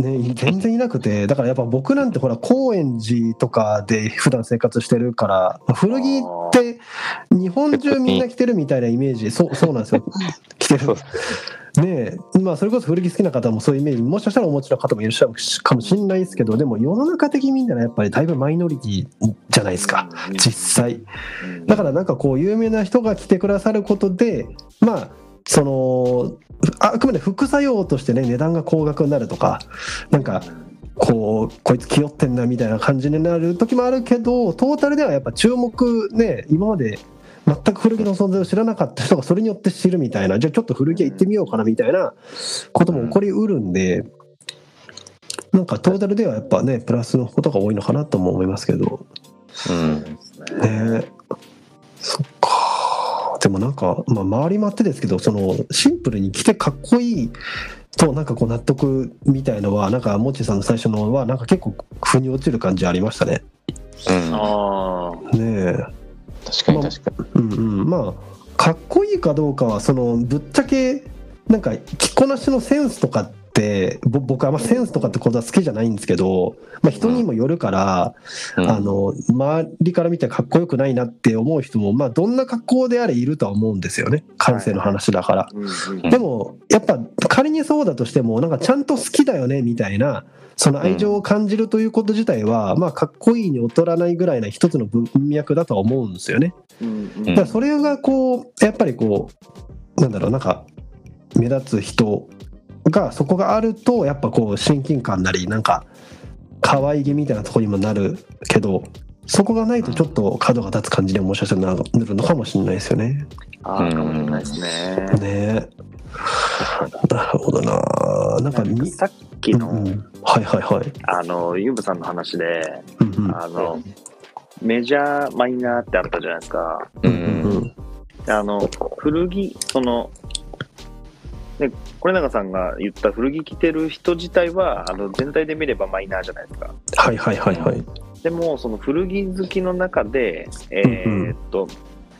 S1: ね、全然いなくてだからやっぱ僕なんてほら高円寺とかで普段生活してるからまあ古着って日本中みんな着てるみたいなイメージそうそうなんですよ着てる
S2: そう
S1: ねえまあそれこそ古着好きな方もそういうイメージもしかしたらお持ちの方もいらっしゃるかもしれないですけどでも世の中的に見たらやっぱりだいぶマイノリティじゃな
S3: う
S1: いですか、
S3: うん
S1: 実際。
S3: うん
S1: だからなんかこう有名な人が来てくださることでまあそのああくまで副作用としてね値段が高額になるとかなんかこうこいつ気負ってんなみたいな感じになる時もあるけどトータルではやっぱ注目ね今まで全く古着の存在を知らなかった人がそれによって知るみたいなじゃあちょっと古着屋行ってみようかなみたいなことも起こりうるんでなんかトータルではやっぱねプラスのことが多いのかなとも思いますけど
S2: うん。
S1: ねそっかでもなんか、まあ、周りもあってですけどそのシンプルに着てかっこいいとなんかこう納得みたいのはなんかもっちーさんの最初のはなんか結構腑に落ちる感じありましたね。
S2: うん、
S3: ああ。
S1: ねえ
S2: 確かに確かに。
S1: うんうん、まあかっこいいかどうかはそのぶっちゃけなんか着こなしのセンスとかってぼ僕はあんまセンスとかってことは好きじゃないんですけど、まあ、人にもよるから、
S2: うん
S1: あの周りから見てかっこよくないなって思う人も、まあ、どんな格好であれいるとは思うんですよね感性の話だから。
S3: うんうん
S1: でもやっぱ仮にそうだとしてもなんかちゃんと好きだよねみたいなその愛情を感じるということ自体は、まあかっこいいに劣らないぐらいな一つの文脈だとは思うんですよね。
S3: うん
S2: う
S1: だからそれがこうやっぱりこうなんだろうなんか目立つ人がそこがあるとやっぱこう親近感なりなんか可愛げみたいなとこにもなるけどそこがないとちょっと角が立つ感じに面白さになるのかもしれないですよね。
S3: ああ、かもしれないですね。
S1: ねえなるほどな。なんかみ
S3: さっきの、
S1: うんうんはいはいはい。
S3: あの、ゆうぶさんの話で、
S1: うんうん
S3: あの、メジャー、マイナーってあったじゃないですか。
S2: う
S1: うんうんん
S3: あの、古着、その、ね、これ永さんが言った古着着てる人自体は、あの、全体で見ればマイナーじゃないですか。
S1: はいはいはいはい。
S3: でも、その古着好きの中で、え
S1: うんうん
S3: ーっと、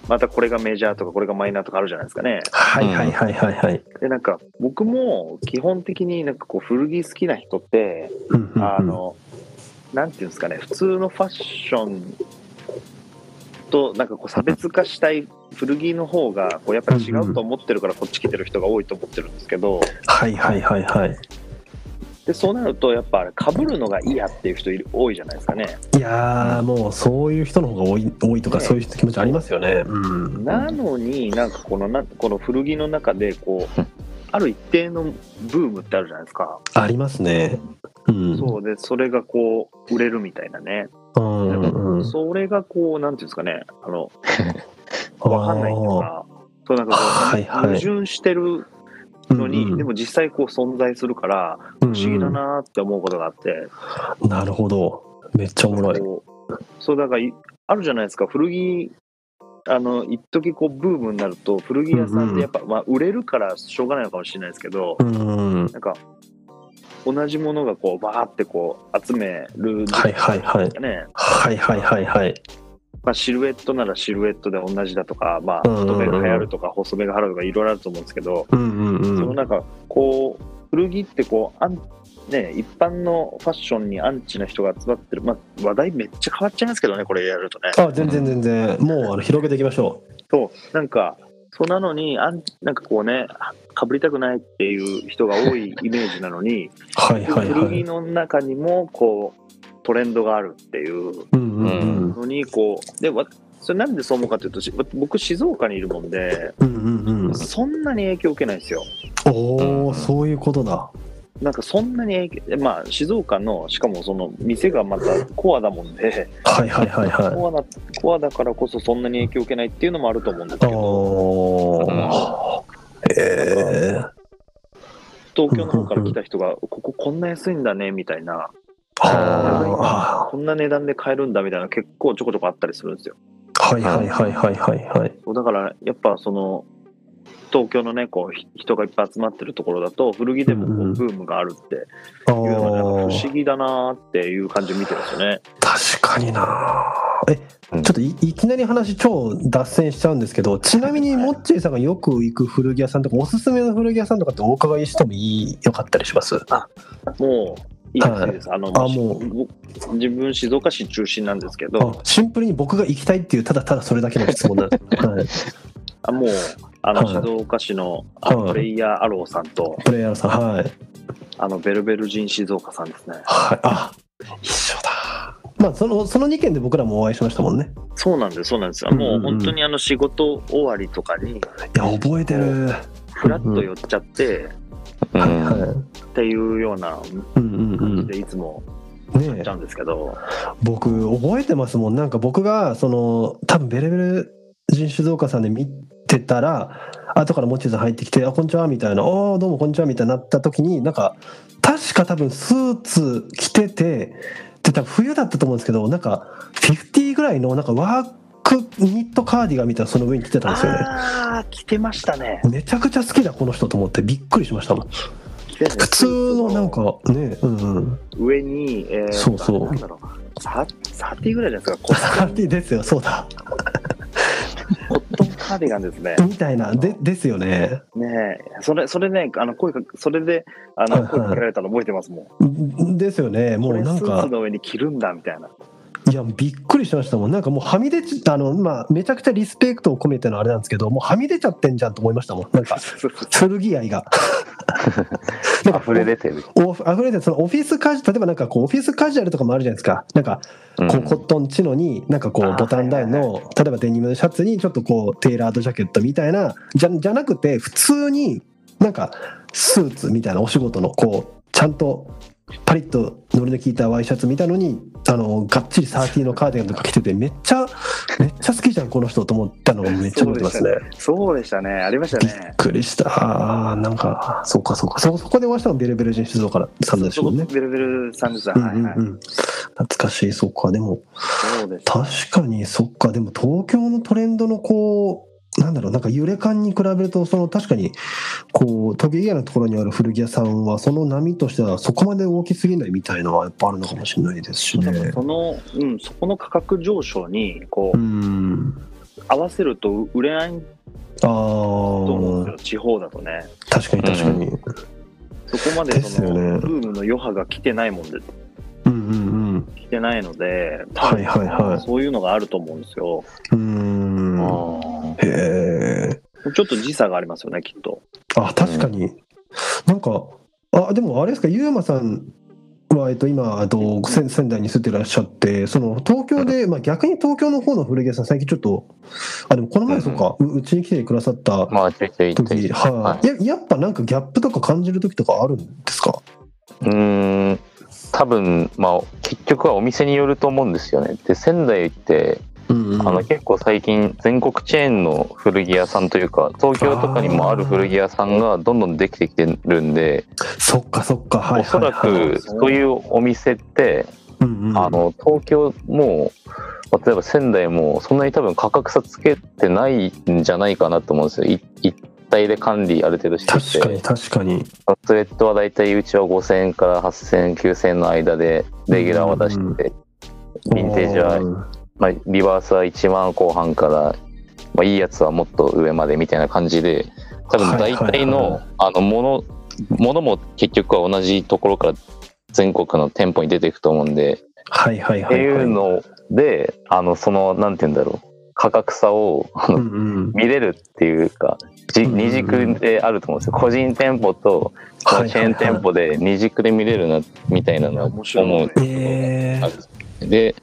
S3: またこれがメジャーとかこれがマイナーとかあるじゃないですかね。
S1: はいはいはいはいはい。
S3: で、なんか僕も基本的になんかこう古着好きな人って、
S1: うんうんうん
S3: あの、なんていうんですかね、普通のファッションとなんかこう差別化したい古着の方がこうやっぱり違うと思ってるからこっち来てる人が多いと思ってるんですけど、
S1: はいはいはいはい。
S3: でそうなるとやっぱあれ被るのが嫌っていう人いる多いじゃないですかね。
S1: いやーもうそういう人の方が多い多いとか、
S3: ね
S1: そういう気持ちありますよね。うん、
S3: なのになんかこのなこの古着の中でこ うある一定のブームってあるじゃないですか。
S1: ありますね。うん、
S3: そうでそれがこう売れるみたいなね。
S1: うんうんうん、
S3: それがこうなんていうんですかねあのわかんないっていうか、そうなんかこう、
S1: はいはい
S3: 矛盾してるのに、
S1: うんうん
S3: でも実際こう存在するから、
S1: 不
S3: 不思議だ、なって思うことがあって、
S1: うんうんなるほど。めっちゃおもろい。
S3: こうそう、だからい、あるじゃないですか、古着、あの、一時こう、ブームになると、古着屋さんってやっぱ、まあ、売れるからしょうがないのかもしれないですけど
S1: う、ん、
S3: なんか、同じものがこう、バーってこう、集める時期
S1: はいはいはい
S3: とかね、
S1: はいはいはいはい。
S3: まあ、シルエットならシルエットで同じだとか、まあ、
S1: うんうんうん
S3: 太めが流行るとか、細めが流行るとか、いろいろあると思うんですけど、
S1: うんうん
S3: そうの
S1: ん。
S3: なんかこう古着ってこうアンね、一般のファッションにアンチな人が集まってる、まあ、話題めっちゃ変わっちゃいますけどねこれやるとね
S1: あ全然全然もうあの広げていきましょ
S3: そうなんかそうなのにアンなんかこうねかぶりたくないっていう人が多いイメージなのに
S1: う。はいはいは
S3: 古着
S1: い。
S3: の中にもこうトレンドがあるっていう
S1: うんうんうん
S3: のにこうでわそれなんでそう思うかというとし僕静岡にいるもんで
S1: うんうんうん。
S3: そんなに影響受けないんですよ
S1: おおそういうことだ。
S3: なんかそんなに影響、まあ、静岡の、しかもその店がまたコアだもんで、
S1: はいはいはいはい。
S3: コアだコアだからこそそんなに影響を受けないっていうのもあると思うんですけど、
S1: おお
S2: うん。
S1: えー。
S3: 東京の方から来た人が、こここんな安いんだねみたいな、
S1: あーあー。
S3: こんな値段で買えるんだみたいな、結構ちょこちょこあったりするんですよ。
S1: はいはいはいはいはいはい。
S3: だからやっぱその東京のね、こうひ人がいっぱい集まってるところだと、古着でもこ
S1: うんう
S3: うんブームがあるっていう
S1: あ
S3: のは、なんか
S1: ー
S3: 不思議だなーっていう感じを見てますよね。
S1: 確かにな。え、ちょっといいきなり話超脱線しちゃうんですけど、ちなみにモッチーさんがよく行く古着屋さんとか、おすすめの古着屋さんとかってお伺いしてもいいよかったりします。
S3: もういいらしいです。あの
S1: あもう
S3: ぼ自分静岡市中心なんですけ
S1: あ
S3: ど、
S1: シンプルに僕が行きたいっていうただただそれだけの質問なん です。はい、
S3: あもうあの
S1: はい
S3: 静岡市の
S1: はい
S3: あのプレイヤーアローさんと
S1: プレイヤーさんはい
S3: あのベルベル人静岡さんですね。
S1: はいあ一緒だ。まあそのその2件で僕らもお会いしましたもんね。
S3: そうなんですそうなんです。
S1: んうん
S3: もう本当にあの仕事終わりとかに
S1: いや覚えてる。
S3: フラッと寄っちゃって
S2: うん
S1: はいはい。
S3: っていうような
S1: うんうんう
S3: 感
S1: ん。
S3: じでいつも
S1: ねえ
S3: 行っちゃうんですけど、
S1: 僕覚えてますもんなんか僕がその多分ベレベル人種造花さんで見てたら後からモッチーさん入ってきて「あこんにちは」みたいな「おーどうもこんにちは」みたいになった時になんか確か多分スーツ着ててでれ多分冬だったと思うんですけどなんか50ぐらいのなんかワークニットカーディガンみたいなその上に着てたんですよね
S3: ああ、着てましたね。
S1: めちゃくちゃ好きだこの人と思ってびっくりしましたもん
S3: 着てたね
S1: 普通のなん。かねうんうん
S3: 上に、えー、
S1: そうそう
S3: なんだろう。ササティぐらいじゃないですか。コッ
S1: パーティーですよそうだ
S3: トンカーディガンです ね。
S1: みたいなでですよね
S3: ねえ、それ、それね、あの声か、それで、あ
S1: はい
S3: の
S1: はい
S3: 声かけられたの覚えてますもん。
S1: んですよねも
S3: こ
S1: う
S3: れス
S1: なん
S3: ー
S1: か
S3: ツの上に着るんだみたいな。
S1: いやびっくりしましたもんなんかもうはみ出ちあのまあめちゃくちゃリスペクトを込めてのあれなんですけどもうはみ出ちゃってんじゃんと思いましたもんなんか剣愛がなんか
S2: 溢れ出てる。
S1: お溢れてそのオフィスカジ例えばなんかこうオフィスカジュアルとかもあるじゃないですかなんか
S2: うん
S1: こうコットンチノになんかこう
S3: あ
S1: ボタンダウン
S3: はい
S1: の例えばデニムのシャツにちょっとこうテーラードジャケットみたいなじゃじゃなくて普通になんかスーツみたいなお仕事のこうちゃんとパリッとノリの効いたワイシャツ見たのにあのがっちりサーティーのカーディガンとか着ててめっ ちゃめっちゃ好きじゃんこの人と思ったのをめっちゃ覚えてますね。
S3: そうでしたね。ありましたね。
S1: びっくりしたあーなんかそうかそうかそそこでお会いしたのベルベル人静岡さんですもんね。
S3: ベルベルさんです。は
S1: う
S3: い
S1: んうん
S3: はい
S1: うん、懐かしいそっかでも
S3: そうです。
S1: 確かにそっかでも東京のトレンドのこうなんだろうなんか揺れ感に比べるとその確かにこう時計以外のところにある古着屋さんはその波としてはそこまで大きすぎないみたいのはやっぱあるのかもしれないですし
S3: だから
S1: ね。
S3: その、うん、そこの価格上昇に、こ
S1: う
S3: う、
S1: ん
S3: 合わせると売れない
S1: あ
S3: と思う
S1: ー
S3: んですよ、地方だとね。
S1: 確かに確かに。
S3: そこまでそ
S1: で
S3: の、
S1: すよね
S3: ブームの余波が来てないもんで、
S1: うんうん
S3: 来てないので、
S1: はいはいはい
S3: そういうのがあると思うんですよ。
S1: うん。うーん
S2: あ
S1: へえ。
S3: ちょっと時差がありますよね、きっと。
S1: あ確かに、なんかあでもあれですかゆうまさんは、えっと、今あと仙仙台に住んでらっしゃってその東京で、まあ、逆に東京の方の古着屋さん最近ちょっとあでもこの前そうか、ううちに来てくださった
S2: まあ、ちょいちょい行ったり
S1: 時、
S2: して
S1: は、
S2: はい
S1: ややっぱなんかギャップとか感じる時とかあるんですか
S2: うーん多分まあ結局はお店によると思うんですよねで仙台って、
S1: うんうん
S2: あの結構最近全国チェーンの古着屋さんというか東京とかにもある古着屋さんがどんどんできてきてるんで、
S1: そっかそっかはい
S2: おそ
S1: はい
S2: ら
S1: はい
S2: くそういうお店って、
S1: うんうん
S2: あの東京もまあ例えば仙台もそんなに多分価格差つけてないんじゃないかなと思うんですよい一体で管理ある程度して
S1: 確
S2: て
S1: かに確かに
S2: スウェットは大体うちは5000円から8000円9000円の間でレギュラーは出してて、ヴィンテージは、まあ、リバースは1万後半から、まあ、いいやつはもっと上までみたいな感じで多分大体
S1: はいはい
S2: の
S1: は
S2: あのものものも結局は同じところから全国の店舗に出ていくと思うんで、
S1: はいはいはいはい
S2: っていうのであのそのなんて言うんだろう価格差をあの
S1: うんうん
S2: 見れるっていうか、じ
S1: うんうんうん
S2: 二軸であると思うんですよ個人店舗とそのチェーン店舗で二軸で見れるなみたいなのは
S3: 面白いね
S2: 思うところがあるんですよねで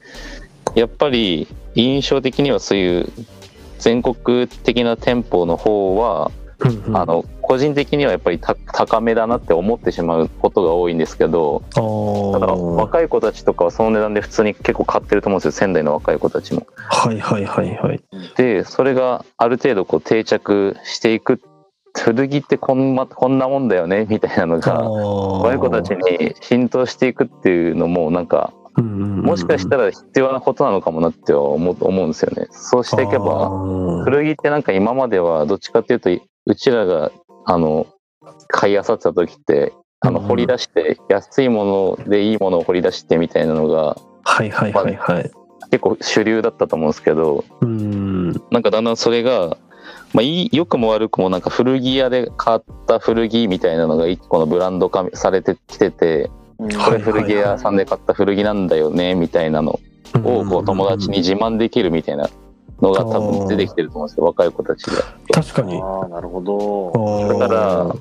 S2: やっぱり印象的にはそういう全国的な店舗の方は、
S1: うんうん
S2: あの個人的にはやっぱりた高めだなって思ってしまうことが多いんですけど
S1: あ
S2: ただ
S1: ー
S2: 若い子たちとかはその値段で普通に結構買ってると思うんですよ仙台の若い子たちも。
S1: はいはいはいはい
S2: でそれがある程度こう定着していく古着ってこん,、ま、こんなもんだよねみたいなのが
S1: 若
S2: 若い子たちに浸透していくっていうのもなんかも
S1: も
S2: しかしたら必要なことなのかもなっては思う思うんですよね。そうしていけば
S1: ば
S2: 古着ってなんか今まではどっちかっていうとうちらがあの買い漁ってた時ってあの
S1: うん
S2: 掘り出して安いものでいいものを掘り出してみたいなのが
S1: はいはいはいはい。
S2: 結構主流だったと思うんですけど
S1: うん
S2: なんかだんだんそれが、まあ、いい良くも悪くもなんか古着屋で買った古着みたいなのが一個のブランド化されてきてて
S3: うん
S1: は
S2: こ
S1: い
S2: れ古着屋さんで買った古着なんだよねみたいなのをこう友達に自慢できるみたいなのが多分出てきてると思うんですよ若い子たちが。
S1: 確かに。
S3: ああ、なるほど。
S1: だ
S2: だから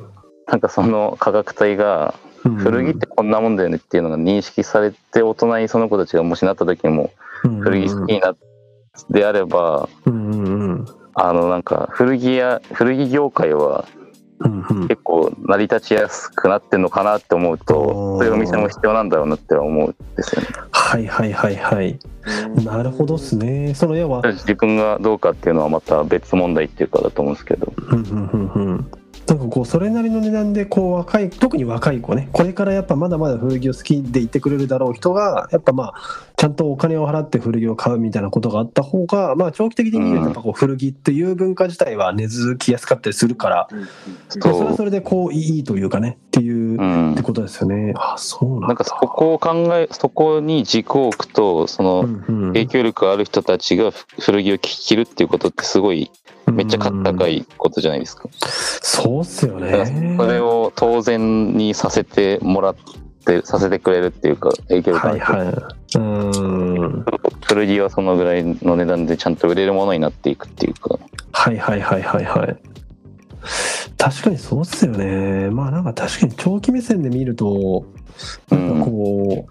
S2: なんかその価格帯が
S1: ら
S2: 古着ってこんなもんだよねっていうのが認識されて大人にその子たちがもしなった時にも古着好きになってあれば
S1: うんうん
S2: あのなんか古着屋古着業界は
S1: うんうん
S2: 結構成り立ちやすくなってんのかなって思う
S1: おー
S2: とそういうお店も必要なんだろうなっては思うんですよね。
S1: はいはいはいはい。なるほどっすね。その要は
S2: 自分がどうかっていうのはまた別問題っていうかだと思うんですけど。
S1: うんうんうんうんなんかこうそれなりの値段でこう若い特に若い子ねこれからやっぱまだまだ古着を好きでいてくれるだろう人がやっぱまあちゃんとお金を払って古着を買うみたいなことがあった方がまあ長期的に見るとやっぱこう古着っていう文化自体は根付きやすかったりするから、まあそれはそれでこういいというかねっていう、
S2: う
S1: っ
S2: ん
S1: て、ことですよねあそうなんだ
S2: なんかそこを考えそこに軸を置くとその
S1: うん
S2: 影響力ある人たちが古着を着るっていうことってすごい
S1: うん
S2: めっちゃかったかいことじゃないですか。
S1: そうっすよ
S2: だから
S1: ね
S2: それを当然にさせてもらってさせてくれるっていうか影響力あ
S1: は
S2: る
S1: い
S2: 人、
S1: はいうん
S2: 古着はそのぐらいの値段でちゃんと売れるものになっていくっていうか
S1: はいはいはいはいはい確かにそうっすよねまあなんか確かに長期目線で見るとなんかこ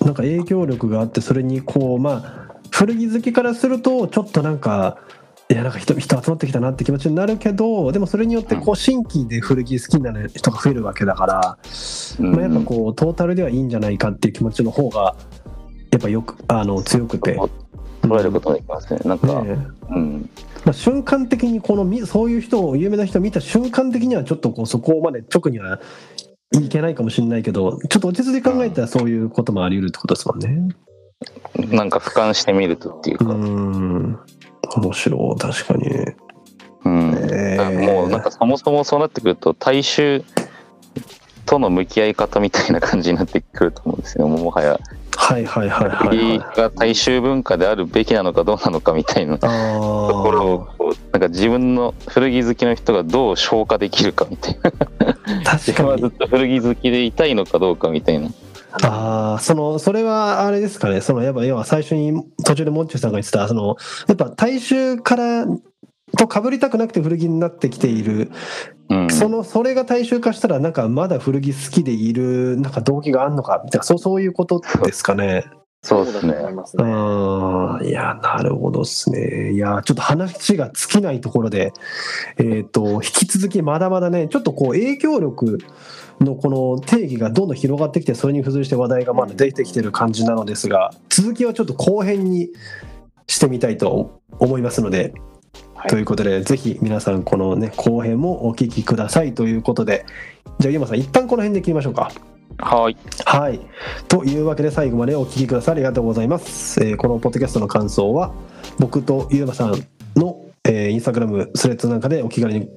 S1: うなんか影響力があってそれにこうまあ古着好きからするとちょっとなんかいやなんか人人集まってきたなって気持ちになるけどでもそれによってこう新規で古着好きになる人が増えるわけだから、
S2: うん
S1: まあ、やっぱこうトータルではいいんじゃないかっていう気持ちの方がやっぱよくあの強くて。
S2: 捉えることができますねなんか、
S1: ねえ
S2: うん
S1: まあ、瞬間的にこのみそういう人を有名な人を見た瞬間的にはちょっとこうそこまで直にはいけないかもしれないけどちょっと落ち着いて考えたらそういうこともあり得るってことですもんね。
S2: なんか俯瞰してみるとっていう
S1: う
S2: か、
S1: ん面白い確かに。
S2: うん
S1: え
S2: だからもうなんかそもそもそうなってくると大衆との向き合い方みたいな感じになってくると思うんですよもうもはや
S1: はいはいはいはい、
S2: 古
S1: は
S2: 着
S1: い。
S2: が大衆文化であるべきなのかどうなのかみたいな
S1: あ
S2: ところを
S1: ー
S2: こうなんか自分の古着好きの人がどう消化できるかみたいな
S1: 確
S2: 自分
S1: か
S2: はずっ
S1: に
S2: と古着好きでいたいのかどうかみたいな
S1: あーそのそれはあれですかねそのやっぱ要は最初に途中でモッチュさんが言ってたそのやっぱ大衆からと被りたくなくて古着になってきている
S2: うん
S1: そのそれが大衆化したらなんかまだ古着好きでいるなんか動機があんのかみたいなそうそういうことですかね。
S2: そうですね
S3: だと思います
S1: う
S3: ね
S1: んいやなるほどですね。いやちょっと話が尽きないところで、えー、と引き続きまだまだねちょっとこう影響力のこの定義がどんどん広がってきてそれに付随して話題がまだ出てきてる感じなのですが続きはちょっと後編にしてみたいと思いますので
S3: はい
S1: ということで、ぜひ皆さん、このね、後編もお聞きくださいということで、じゃあ、ゆうまさん、一旦この辺で切りましょうか。
S2: はい
S1: はい。というわけで、最後までお聞きくださりありがとうございます。えーこのポッドキャストの感想は、僕とゆうまさんの、えーインスタグラム、スレッズなんかでお気軽に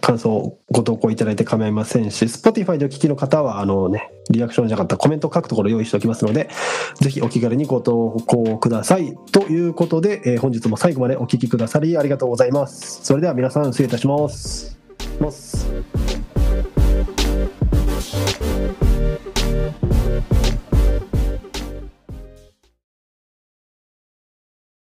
S1: 感想をご投稿いただいて構いませんし、Spotify でお聞きの方は、あのね、リアクションじゃなかったコメントを書くところ用意しておきますので、ぜひお気軽にご投稿ください。ということで、えー本日も最後までお聞きくださりありがとうございます。それでは皆さん、失礼いたします。ます